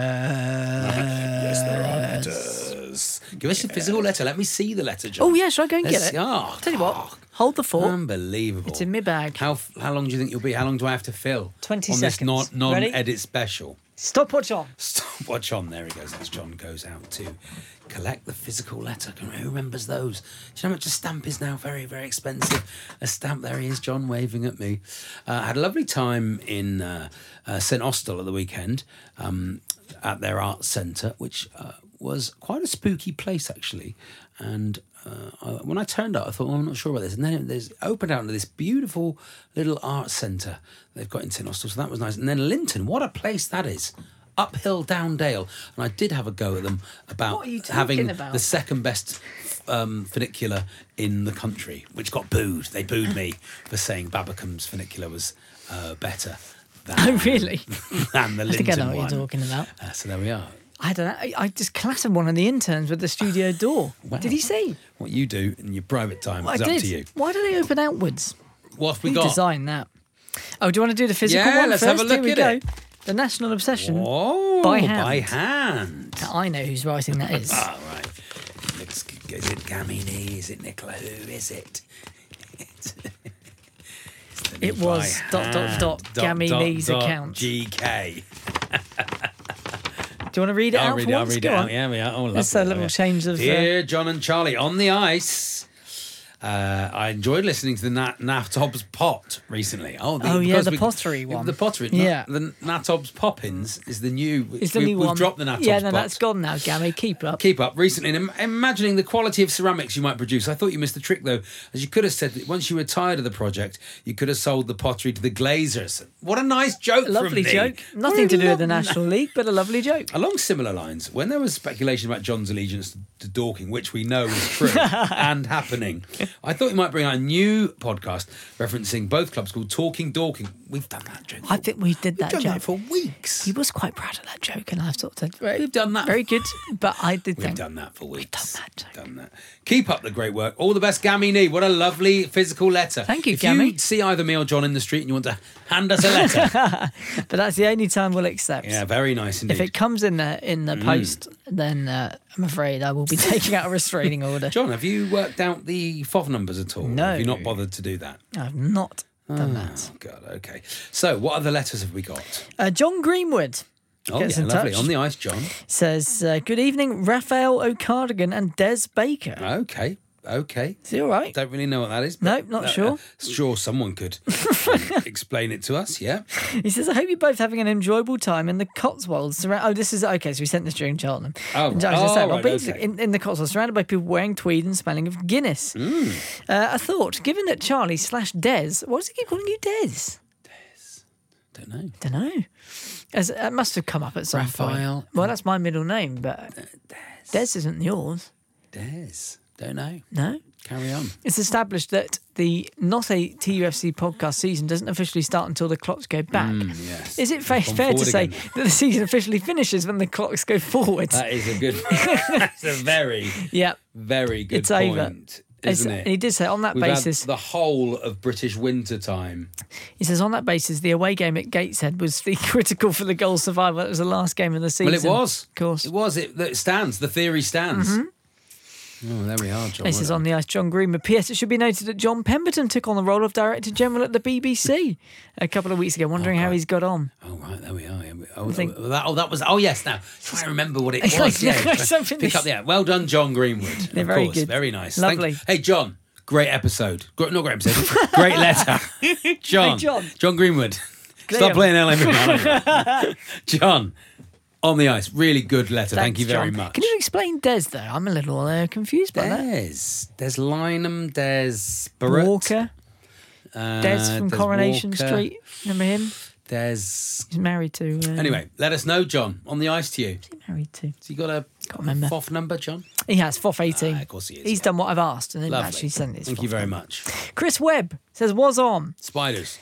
S3: Yeah.
S2: Yes, there are letters. Give us your physical letter. Let me see the letter, John.
S3: Oh yeah, should I go and
S2: Let's-
S3: get it?
S2: oh,
S3: Tell you what,
S2: oh,
S3: hold the fort.
S2: Unbelievable.
S3: It's in my bag.
S2: How f- how long do you think you'll be? How long do I have to fill?
S3: 20
S2: on
S3: seconds.
S2: this non
S3: Ready?
S2: edit special.
S3: Stopwatch on.
S2: Stop watch on. There he goes. That's John goes out to collect the physical letter. Can- Who remembers those? Do you know how much a stamp is now? Very, very expensive. A stamp. There he is, John waving at me. Uh, I had a lovely time in uh, uh, St Austell at the weekend um, at their arts centre, which uh, was quite a spooky place actually. And uh, I, when I turned up, I thought, well, I'm not sure about this. And then it- there's it opened out into this beautiful little art centre they've got in St Austell. So that was nice. And then Linton, what a place that is. Uphill, down dale. And I did have a go at them about
S3: What are you
S2: having
S3: talking about?
S2: the second best um, funicular in the country, which got booed. They booed me for saying Babicom's funicular was uh, better than,
S3: Oh really?
S2: than the
S3: I think I know
S2: Linton
S3: what
S2: one.
S3: you're talking about.
S2: Uh, so there we are.
S3: I don't know. I, I just clattered one of the interns with the studio door.
S2: Wow.
S3: Did he see?
S2: What you do in your private time
S3: I
S2: is up
S3: did.
S2: to you.
S3: Why do they open outwards?
S2: What have we
S3: Who
S2: got?
S3: designed that? Oh, do you want to do the physical
S2: Yeah,
S3: one
S2: let's have a
S3: first?
S2: look
S3: Here we
S2: at
S3: go. The National Obsession.
S2: Oh,
S3: By hand.
S2: By hand.
S3: Now, I know who's writing that is.
S2: Ah, right. Looks- Is it Gamini? Is it Nicola? Who is it? It's the
S3: It
S2: by
S3: was dot, dot,
S2: hand.
S3: dot, Gamini's
S2: dot,
S3: account.
S2: GK.
S3: do you want to read it out?
S2: I'll
S3: for
S2: read it. I'll
S3: once?
S2: read
S3: Go
S2: it out.
S3: on.
S2: Yeah, yeah. Oh,
S3: Let's have a
S2: lovely,
S3: little
S2: lovely.
S3: change of, uh,
S2: Dear John and Charlie on the ice. Uh, I enjoyed listening to the Nat, Nat Hobbs pot recently. Oh,
S3: Oh, yeah,
S2: because
S3: the pottery one.
S2: The pottery,
S3: Yeah.
S2: yeah. The Nat Hobbs Poppins is the new.
S3: It's the
S2: we,
S3: new
S2: we've
S3: one.
S2: dropped the Nat
S3: Yeah,
S2: Hobbs
S3: no,
S2: pot.
S3: that's gone now, Gammy. Keep up.
S2: Keep up recently. And im- imagining the quality of ceramics you might produce. I thought you missed the trick though, as you could have said that once you were tired of the project, you could have sold the pottery to the Glazers. What a nice joke!
S3: lovely
S2: from me.
S3: joke.
S2: What
S3: Nothing
S2: a
S3: to do with the
S2: lovely-
S3: National League, but a lovely joke.
S2: Along similar lines, when there was speculation about John's allegiance to Dorking, which we know is true and happening, I thought we might bring out a new podcast referencing both clubs called Talking Dorking. We've done that joke.
S3: I think we did
S2: We've
S3: that
S2: done
S3: joke.
S2: that for weeks.
S3: He was quite proud of that joke, and I've sort of said,
S2: We've done that.
S3: Very good, but I did
S2: We've
S3: think.
S2: done that for weeks.
S3: done that, Jack.
S2: Done that. Keep up the great work. All the best, Gammy Nee. What a lovely physical letter.
S3: Thank you,
S2: if
S3: Gammy.
S2: you see either me or John in the street and you want to hand us a letter,
S3: But that's the only time we'll accept.
S2: yeah, very nice indeed. Mm.
S3: If it comes in the in the post, then uh, I'm afraid I will be taking out a restraining order.
S2: John, have you worked out the FOV numbers at all?
S3: No.
S2: Have you not bothered to do that? Oh,
S3: I've not done that.
S2: God, okay. So, what other letters have we got?
S3: Uh, John Greenwood
S2: Oh,
S3: Gets
S2: yeah,
S3: in
S2: lovely.
S3: touch.
S2: On the ice, John.
S3: says, uh, "Good evening, Raphael O'Cardigan and Des Baker.
S2: Okay, okay.
S3: Is he all right?
S2: Don't really know what that is.
S3: Nope, not sure.
S2: sure, someone could um, explain it to us. Yeah.
S3: He says, I hope you're both having an enjoyable time in the Cotswolds. Surra- oh, this is okay. So we sent this during Cheltenham.
S2: Oh,
S3: And I was gonna
S2: oh,
S3: say, well,
S2: right,
S3: basically,
S2: okay.
S3: in, in the Cotswolds, surrounded by people wearing tweed and smelling of Guinness.
S2: Hmm.
S3: Uh, a thought given that Charlie slash Des, why does he keep calling you Des?
S2: Don't know.
S3: don't know. As, it must have come up at some
S2: Raphael. Uh,
S3: point. Well, that's my middle name, but Des isn't yours.
S2: Des. Don't know.
S3: No.
S2: Carry on.
S3: It's established that the not a TUFC podcast season doesn't officially start until the clocks go back.
S2: Mm, yes.
S3: Is it fa-
S2: Gone
S3: fair to
S2: forward
S3: say
S2: again.
S3: that the season officially finishes when the clocks go forward?
S2: That is a good. that's a very,
S3: yeah,
S2: very good
S3: it's
S2: point.
S3: over. It's-
S2: Isn't
S3: and
S2: it?
S3: he did say on that
S2: We've had
S3: basis,
S2: the whole of British winter time.
S3: he says on that basis, the away game at Gateshead was the critical for the goal survival. That was the last game of the season.
S2: Well, it was.
S3: of course.
S2: it was. It, it stands. The theory stands. Oh, there we are, John.
S3: Mm-hmm. This is on the ice, John Greenwood. P.S. It should be noted that John Pemberton took on the role of Director General at the BBC a couple of weeks ago, wondering how he's got on.
S2: Oh right, there we are. yeah, we- Oh,
S3: think-
S2: oh, that, oh, that was. Oh yes, now try and remember what it
S3: It's like-
S2: was. yeah,
S3: something
S2: pick up
S3: that's-
S2: the. Well done, John Greenwood.
S3: They're
S2: of
S3: very
S2: course,
S3: good.
S2: very nice.
S3: Lovely.
S2: hey, John. Great episode. Gr- Not great episode. great letter. John.
S3: Hey, John.
S2: John Greenwood.
S3: Graham.
S2: Stop playing LA Milan. John. On the ice. Really good letter. Thank
S3: Thanks,
S2: you very
S3: John.
S2: much.
S3: Can you explain Des though? I'm a little uh, confused by that.
S2: There's there's Lynham. There's Barrett.
S3: Walker,
S2: Uh,
S3: Des from
S2: there's
S3: Coronation
S2: Walker,
S3: Street. Remember him?
S2: There's
S3: He's married to. Uh,
S2: anyway. Let us know, John. On the ice to you.
S3: who's he married to.
S2: So you got a
S3: Can't remember.
S2: FOF number, John?
S3: He has FOF 18.
S2: Ah, of course he is,
S3: He's
S2: yeah.
S3: done what I've asked and then
S2: Lovely.
S3: actually sent his.
S2: Thank
S3: FOF.
S2: you very much.
S3: Chris Webb says was on.
S2: Spiders.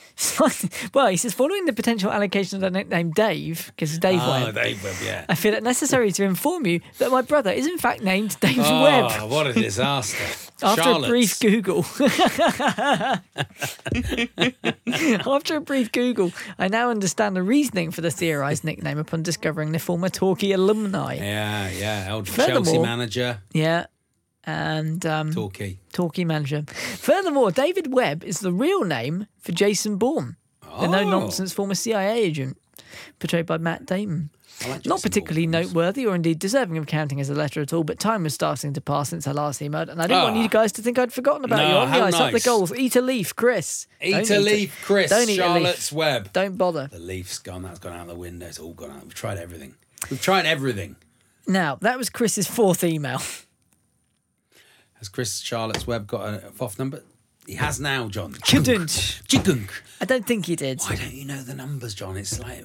S3: well, he says following the potential allocation of the nickname Dave because Dave
S2: Oh,
S3: Webb.
S2: they web, yeah.
S3: I feel it necessary to inform you that my brother is in fact named Dave
S2: Oh,
S3: Webb.
S2: what a disaster.
S3: After
S2: Charlotte.
S3: a brief Google, after a brief Google, I now understand the reasoning for the theorised nickname upon discovering the former Torquay alumni. Yeah,
S2: Yeah, yeah. Old Chelsea
S3: Furthermore-
S2: manager,
S3: and um,
S2: Torquay.
S3: Torquay manager. Furthermore, David Webb is the real name for Jason Bourne, the
S2: Oh.
S3: no nonsense former CIA agent portrayed by Matt Damon. Not particularly noteworthy or indeed deserving of counting as a letter at all, but time was starting to pass since I last emailed, and I didn't want
S2: Ah.
S3: you guys to think I'd forgotten about
S2: No,
S3: you. On the
S2: how
S3: ice, up the
S2: nice.
S3: goals. Eat a leaf, Chris.
S2: Eat
S3: Don't
S2: a leaf, Chris.
S3: Don't eat
S2: Charlotte's
S3: a leaf.
S2: web.
S3: Don't bother.
S2: The leaf's gone. That's gone out the window. It's all gone out. We've tried everything. We've tried everything.
S3: Now, that was Chris's fourth email.
S2: Has Chris Charlotte's web got a FOF number? He has now, John.
S3: Kadunch.
S2: Chikunk.
S3: I don't think he did.
S2: Why don't you know the numbers, John? It's like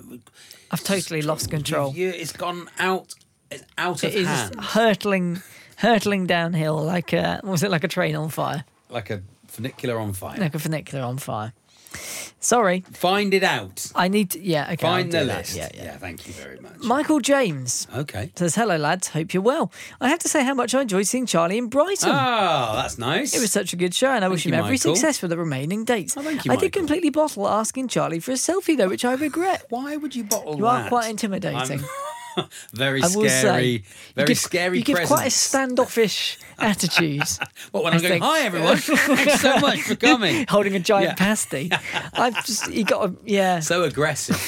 S3: I've totally lost control.
S2: You, it's gone out. It's out of
S3: It is
S2: hand.
S3: hurtling, hurtling downhill like a what was it like a train on fire,
S2: Like a funicular on fire.
S3: like a funicular on fire. Sorry,
S2: Find it out.
S3: I need to, yeah. Okay, I'll
S2: Find the
S3: do that.
S2: list.
S3: Yeah,
S2: Yeah,
S3: yeah.
S2: thank you very much.
S3: Michael James
S2: okay.
S3: says, "Hello lads, hope you're well. I have to say how much I enjoyed seeing Charlie in Brighton.
S2: Oh, that's nice.
S3: It was such a good show, and I wish
S2: you,
S3: him every
S2: Michael.
S3: success for the remaining dates.
S2: Oh, thank you,
S3: I did
S2: Michael.
S3: completely bottle asking Charlie for a selfie though, which I regret.
S2: Why would you bottle
S3: You are
S2: that?
S3: quite intimidating.
S2: I'm- very
S3: I will say,
S2: scary.
S3: you
S2: very
S3: give-
S2: scary
S3: You give quite a
S2: presence.
S3: standoffish attitude.
S2: What, when
S3: I
S2: I'm going,
S3: think.
S2: hi everyone, thanks so much for coming.
S3: holding a giant
S2: Yeah.
S3: pasty. I've just you got a yeah.
S2: So aggressive.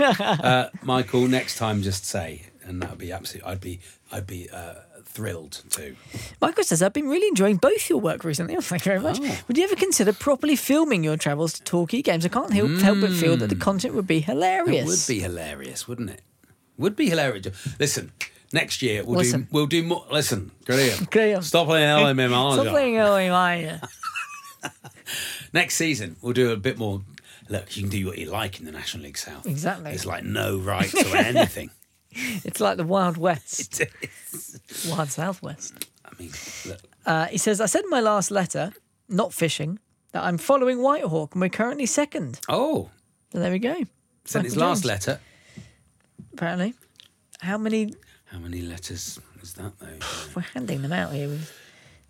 S2: uh, Michael, next time just say, and that would be absolutely, I'd be, I'd be uh, thrilled too.
S3: Michael says, I've been really enjoying both your work recently. Oh, thank you very much. Would you ever consider properly filming your travels to Torquay Games? I can't help, help but feel that the content would be
S2: Hmm. It
S3: hilarious.
S2: would be hilarious, wouldn't it? Would be hilarious. Listen, next year we'll do
S3: Listen.
S2: we'll do more. Listen, Graham,
S3: Graham.
S2: stop playing LMMR.
S3: Stop playing uh, LMI.
S2: Next season we'll do a bit more. Look, you can do what you like in the National League South.
S3: Exactly.
S2: It's like no rights or anything.
S3: It's like the Wild West,
S2: I
S3: Wild Southwest.
S2: mean, look,
S3: Uh, he says, I said in my last letter, not fishing, that I'm following Whitehawk and we're currently second.
S2: oh,
S3: So there we go.
S2: sent his
S3: Michael
S2: last
S3: Jones,
S2: letter.
S3: Apparently. How many?
S2: How many letters is that though?
S3: We're handing them out here.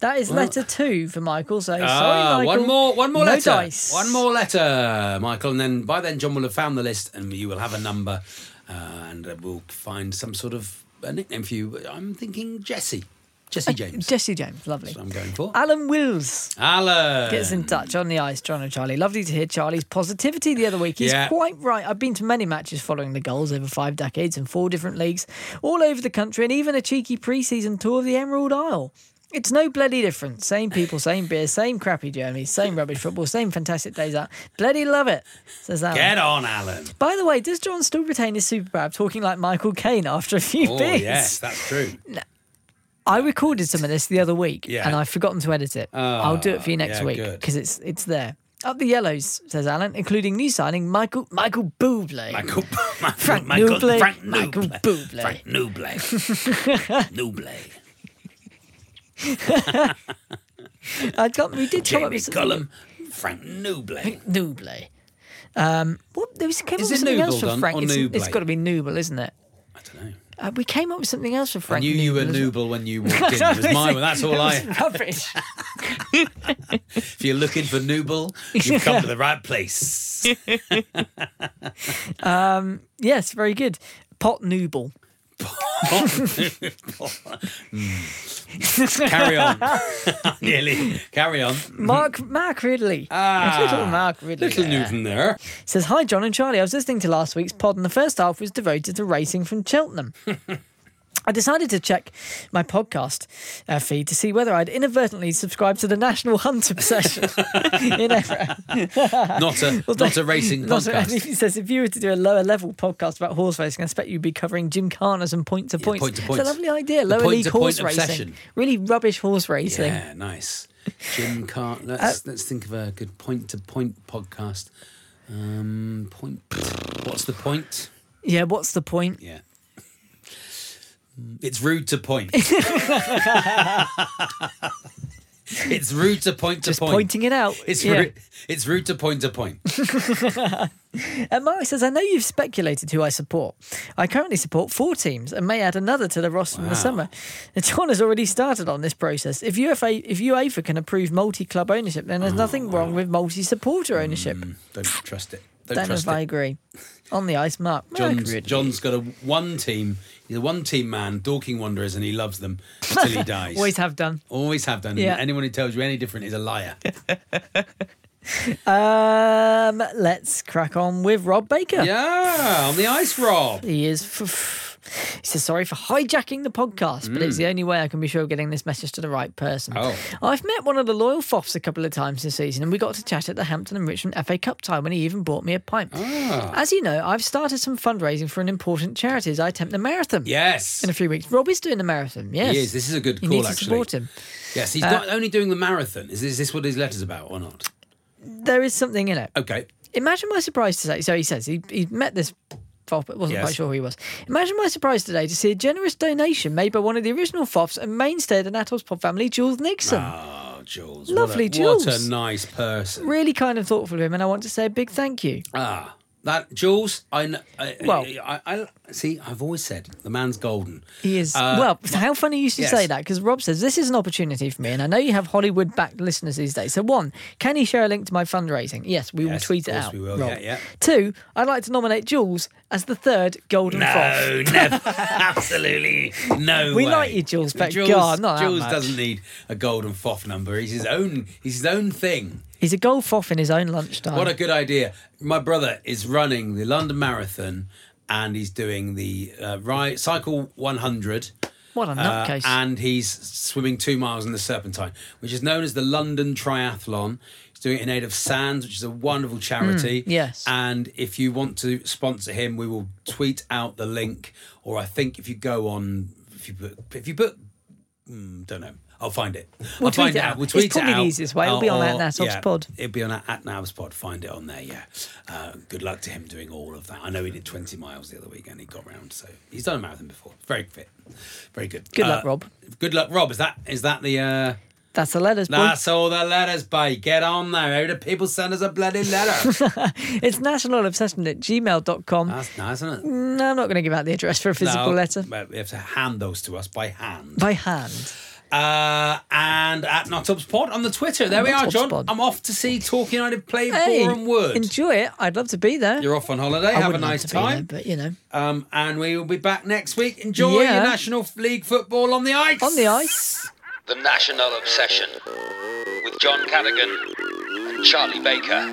S3: That is letter two for Michael. So
S2: Ah,
S3: sorry, Michael.
S2: one more, one more
S3: no
S2: letter.
S3: Dice.
S2: One more letter, Michael, and then by then John will have found the list, and you will have a number, uh, and uh, we'll find some sort of a nickname for you. I'm thinking Jesse, Jesse James.
S3: Jesse James, lovely.
S2: That's what I'm Um, going for.
S3: Alan Wills
S2: Alan
S3: Ah, gets in touch on the ice, John and Charlie. Lovely to hear Charlie's positivity the other week. He's
S2: Yeah.
S3: quite right. I've been to many matches following the goals over five decades in four different leagues, all over the country, and even a cheeky pre season tour of the Emerald Isle. It's no bloody difference. Same people, same beer, same crappy Germany, same rubbish football, same fantastic days out. Bloody love it, says Alan.
S2: Get on, Alan.
S3: By the way, does John still retain his superpower of talking like Michael Caine after a few
S2: Oh
S3: beers?
S2: yes, that's true.
S3: I recorded some of this the other week
S2: Yeah. Oh,
S3: and I've forgotten to edit it. I'll do it for you next
S2: yeah,
S3: week
S2: good.
S3: because it's it's there. Up the yellows, says Alan, including new signing Michael Michael Bublé.
S2: Michael, Michael,
S3: Frank
S2: Michael,
S3: Nubley.
S2: Frank
S3: Michael
S2: Nubley.
S3: Bublé.
S2: Frank Nubley. Nubley.
S3: I got we did come up
S2: Jamie
S3: with
S2: Cullum. Frank Nubley.
S3: Nuble. Um, what there was came
S2: Is
S3: up with
S2: it
S3: something else
S2: Nuble
S3: for
S2: done
S3: Frank.
S2: or
S3: It's- it's
S2: Nublé?
S3: got to be Nuble, isn't it?
S2: I don't know.
S3: Uh, we came up with something else for
S2: I
S3: Frank.
S2: knew you were
S3: Nuble, isn't it?
S2: Nuble when you walked in. It was mine. That's all I.
S3: That was rubbish.
S2: If you're looking for Nooble, you've come to the right place.
S3: yes, very good. Pot Nuble.
S2: carry on. Nearly. Carry on.
S3: Mark Mark Ridley.
S2: Ah,
S3: little Mark Ridley.
S2: Little
S3: there.
S2: Newton there.
S3: says, Hi, John and Charlie. I was listening to last week's pod, and the first half was devoted to racing from Cheltenham. I decided to check my podcast uh, feed to see whether I'd inadvertently subscribed to the National Hunt Obsession in Everett.
S2: Not a not a racing
S3: Not a-
S2: podcast.
S3: he says, if you were to do a lower level podcast about horse racing, I expect you'd be covering gymkhanas and point to points.
S2: point to
S3: It's
S2: points.
S3: a lovely idea.
S2: The
S3: Lower
S2: point
S3: league
S2: to point
S3: horse racing.
S2: obsession.
S3: Really rubbish horse racing.
S2: yeah, nice. Jim Cart. Let's
S3: Uh,
S2: let's think of a good point to point podcast. Um, point. What's the point?
S3: yeah what's the point?
S2: Yeah. It's rude to point. it's rude to point to
S3: Just
S2: point.
S3: pointing it out.
S2: It's
S3: Yeah.
S2: rude. It's rude to point to point.
S3: And Mark says, I know you've speculated who I support. I currently support four teams and may add another to the roster in the summer. And John has already started on this process. If UEFA, if UEFA can approve multi club ownership, then
S2: Oh,
S3: there's nothing wrong with multi supporter ownership.
S2: Don't trust it. Hmm. Don't,
S3: Don't know
S2: trust
S3: if I
S2: it.
S3: agree. On the ice, Mark. Mark
S2: John's,
S3: Ridley.
S2: John's got a one team. He's a one team man, Dorking Wanderers, and he loves them till he dies.
S3: Always have done.
S2: Always have done.
S3: Yeah.
S2: Anyone who tells you any different is a liar.
S3: Um, let's crack on with Rob Baker.
S2: yeah, on the ice, Rob.
S3: He is. he says, sorry for hijacking the podcast, but it's the only way I can be sure of getting this message to the right person.
S2: Mm. Oh.
S3: I've met one of the loyal fops a couple of times this season, and we got to chat at the Hampton and Richmond FA Cup tie when he even bought me a pint.
S2: Ah.
S3: As you know, I've started some fundraising for an important charity as I attempt the marathon.
S2: Yes.
S3: In a few weeks. Rob is doing the marathon, yes.
S2: He is. This is a good
S3: You
S2: call,
S3: need to
S2: actually.
S3: support him.
S2: Yes,
S3: uh,
S2: he's not only doing the marathon. Is this, is this what his letter's about or not?
S3: There is something in it.
S2: Okay.
S3: Imagine my surprise today. So he says he, he met this FOF, but wasn't
S2: Yes.
S3: quite sure who he was. Imagine my surprise today to see a generous donation made by one of the original FOFs and mainstay of the Nattles Pod family, Jules Nixon.
S2: Oh, Jules.
S3: Lovely
S2: what a, What
S3: Jules.
S2: a nice person.
S3: Really kind and thoughtful of him, and I want to say a big thank you.
S2: Ah, that Jules. I, kn- I
S3: Well-
S2: I, I, I see. I've always said the man's golden.
S3: He is. well, how funny you should
S2: Uh, yes.
S3: say that because Rob says this is an opportunity for me, and I know you have Hollywood backed listeners these days. So, one, can you share a link to my fundraising? Yes, we will
S2: Yes,
S3: tweet
S2: of
S3: it
S2: course
S3: out.
S2: we will,
S3: Rob.
S2: yeah, yeah.
S3: Two, I'd like to nominate Jules as the third Golden Fof.
S2: No, never. Absolutely no.
S3: We
S2: way.
S3: like you, Jules, but
S2: Jules,
S3: God, not that
S2: Jules
S3: much.
S2: doesn't need a golden foff number. He's his own. He's his own thing.
S3: He's a gold fof in his own lunchtime.
S2: What a good idea! My brother is running the London Marathon, and he's doing the uh, ride, cycle 100,
S3: What a
S2: Uh,
S3: nutcase.
S2: and he's swimming two miles in the Serpentine, which is known as the London Triathlon. He's doing it in aid of Sands, which is a wonderful charity.
S3: Mm, yes.
S2: And if you want to sponsor him, we will tweet out the link. Or I think if you go on, if you put, if you put, mm, don't know. I'll find it. I'll
S3: We'll tweet
S2: find
S3: it
S2: it out.
S3: out.
S2: We'll
S3: It's
S2: tweet
S3: probably
S2: it
S3: the
S2: out.
S3: easiest way. It'll be on
S2: Or-
S3: at Nassau's
S2: yeah,
S3: Pod.
S2: It'll be on at, at Navs Pod. Find it on there. Yeah. Uh, good luck to him doing all of that. I know he did 20 miles the other week and he got round. So he's done a marathon before. Very fit. Very good. Uh,
S3: Good luck, Rob.
S2: Good luck, Rob. Is that is that the? uh
S3: That's the letters, boy.
S2: That's all the letters, by. Get on there. How do people send us a bloody letter?
S3: It's nationalobsession at gmail.com.
S2: That's nice, isn't it?
S3: no, I'm not going to give out the address for a physical
S2: Ah. No,
S3: letter.
S2: But we have to hand those to us by hand.
S3: By hand.
S2: Uh, and at Not Tubs Pod on the Twitter. There we
S3: Not
S2: are,
S3: Tubs
S2: John.
S3: Pod.
S2: I'm off to see Talk United play
S3: Hey,
S2: Boreham Wood.
S3: enjoy it. I'd love to be there.
S2: You're off on holiday.
S3: I
S2: have a
S3: wouldn't
S2: nice
S3: love to be there,
S2: time.
S3: but you know,
S2: Um, and we will be back next week. Enjoy
S3: Yeah.
S2: your National League football on the ice.
S3: on the ice.
S1: The National Obsession with John Cadogan and Charlie Baker.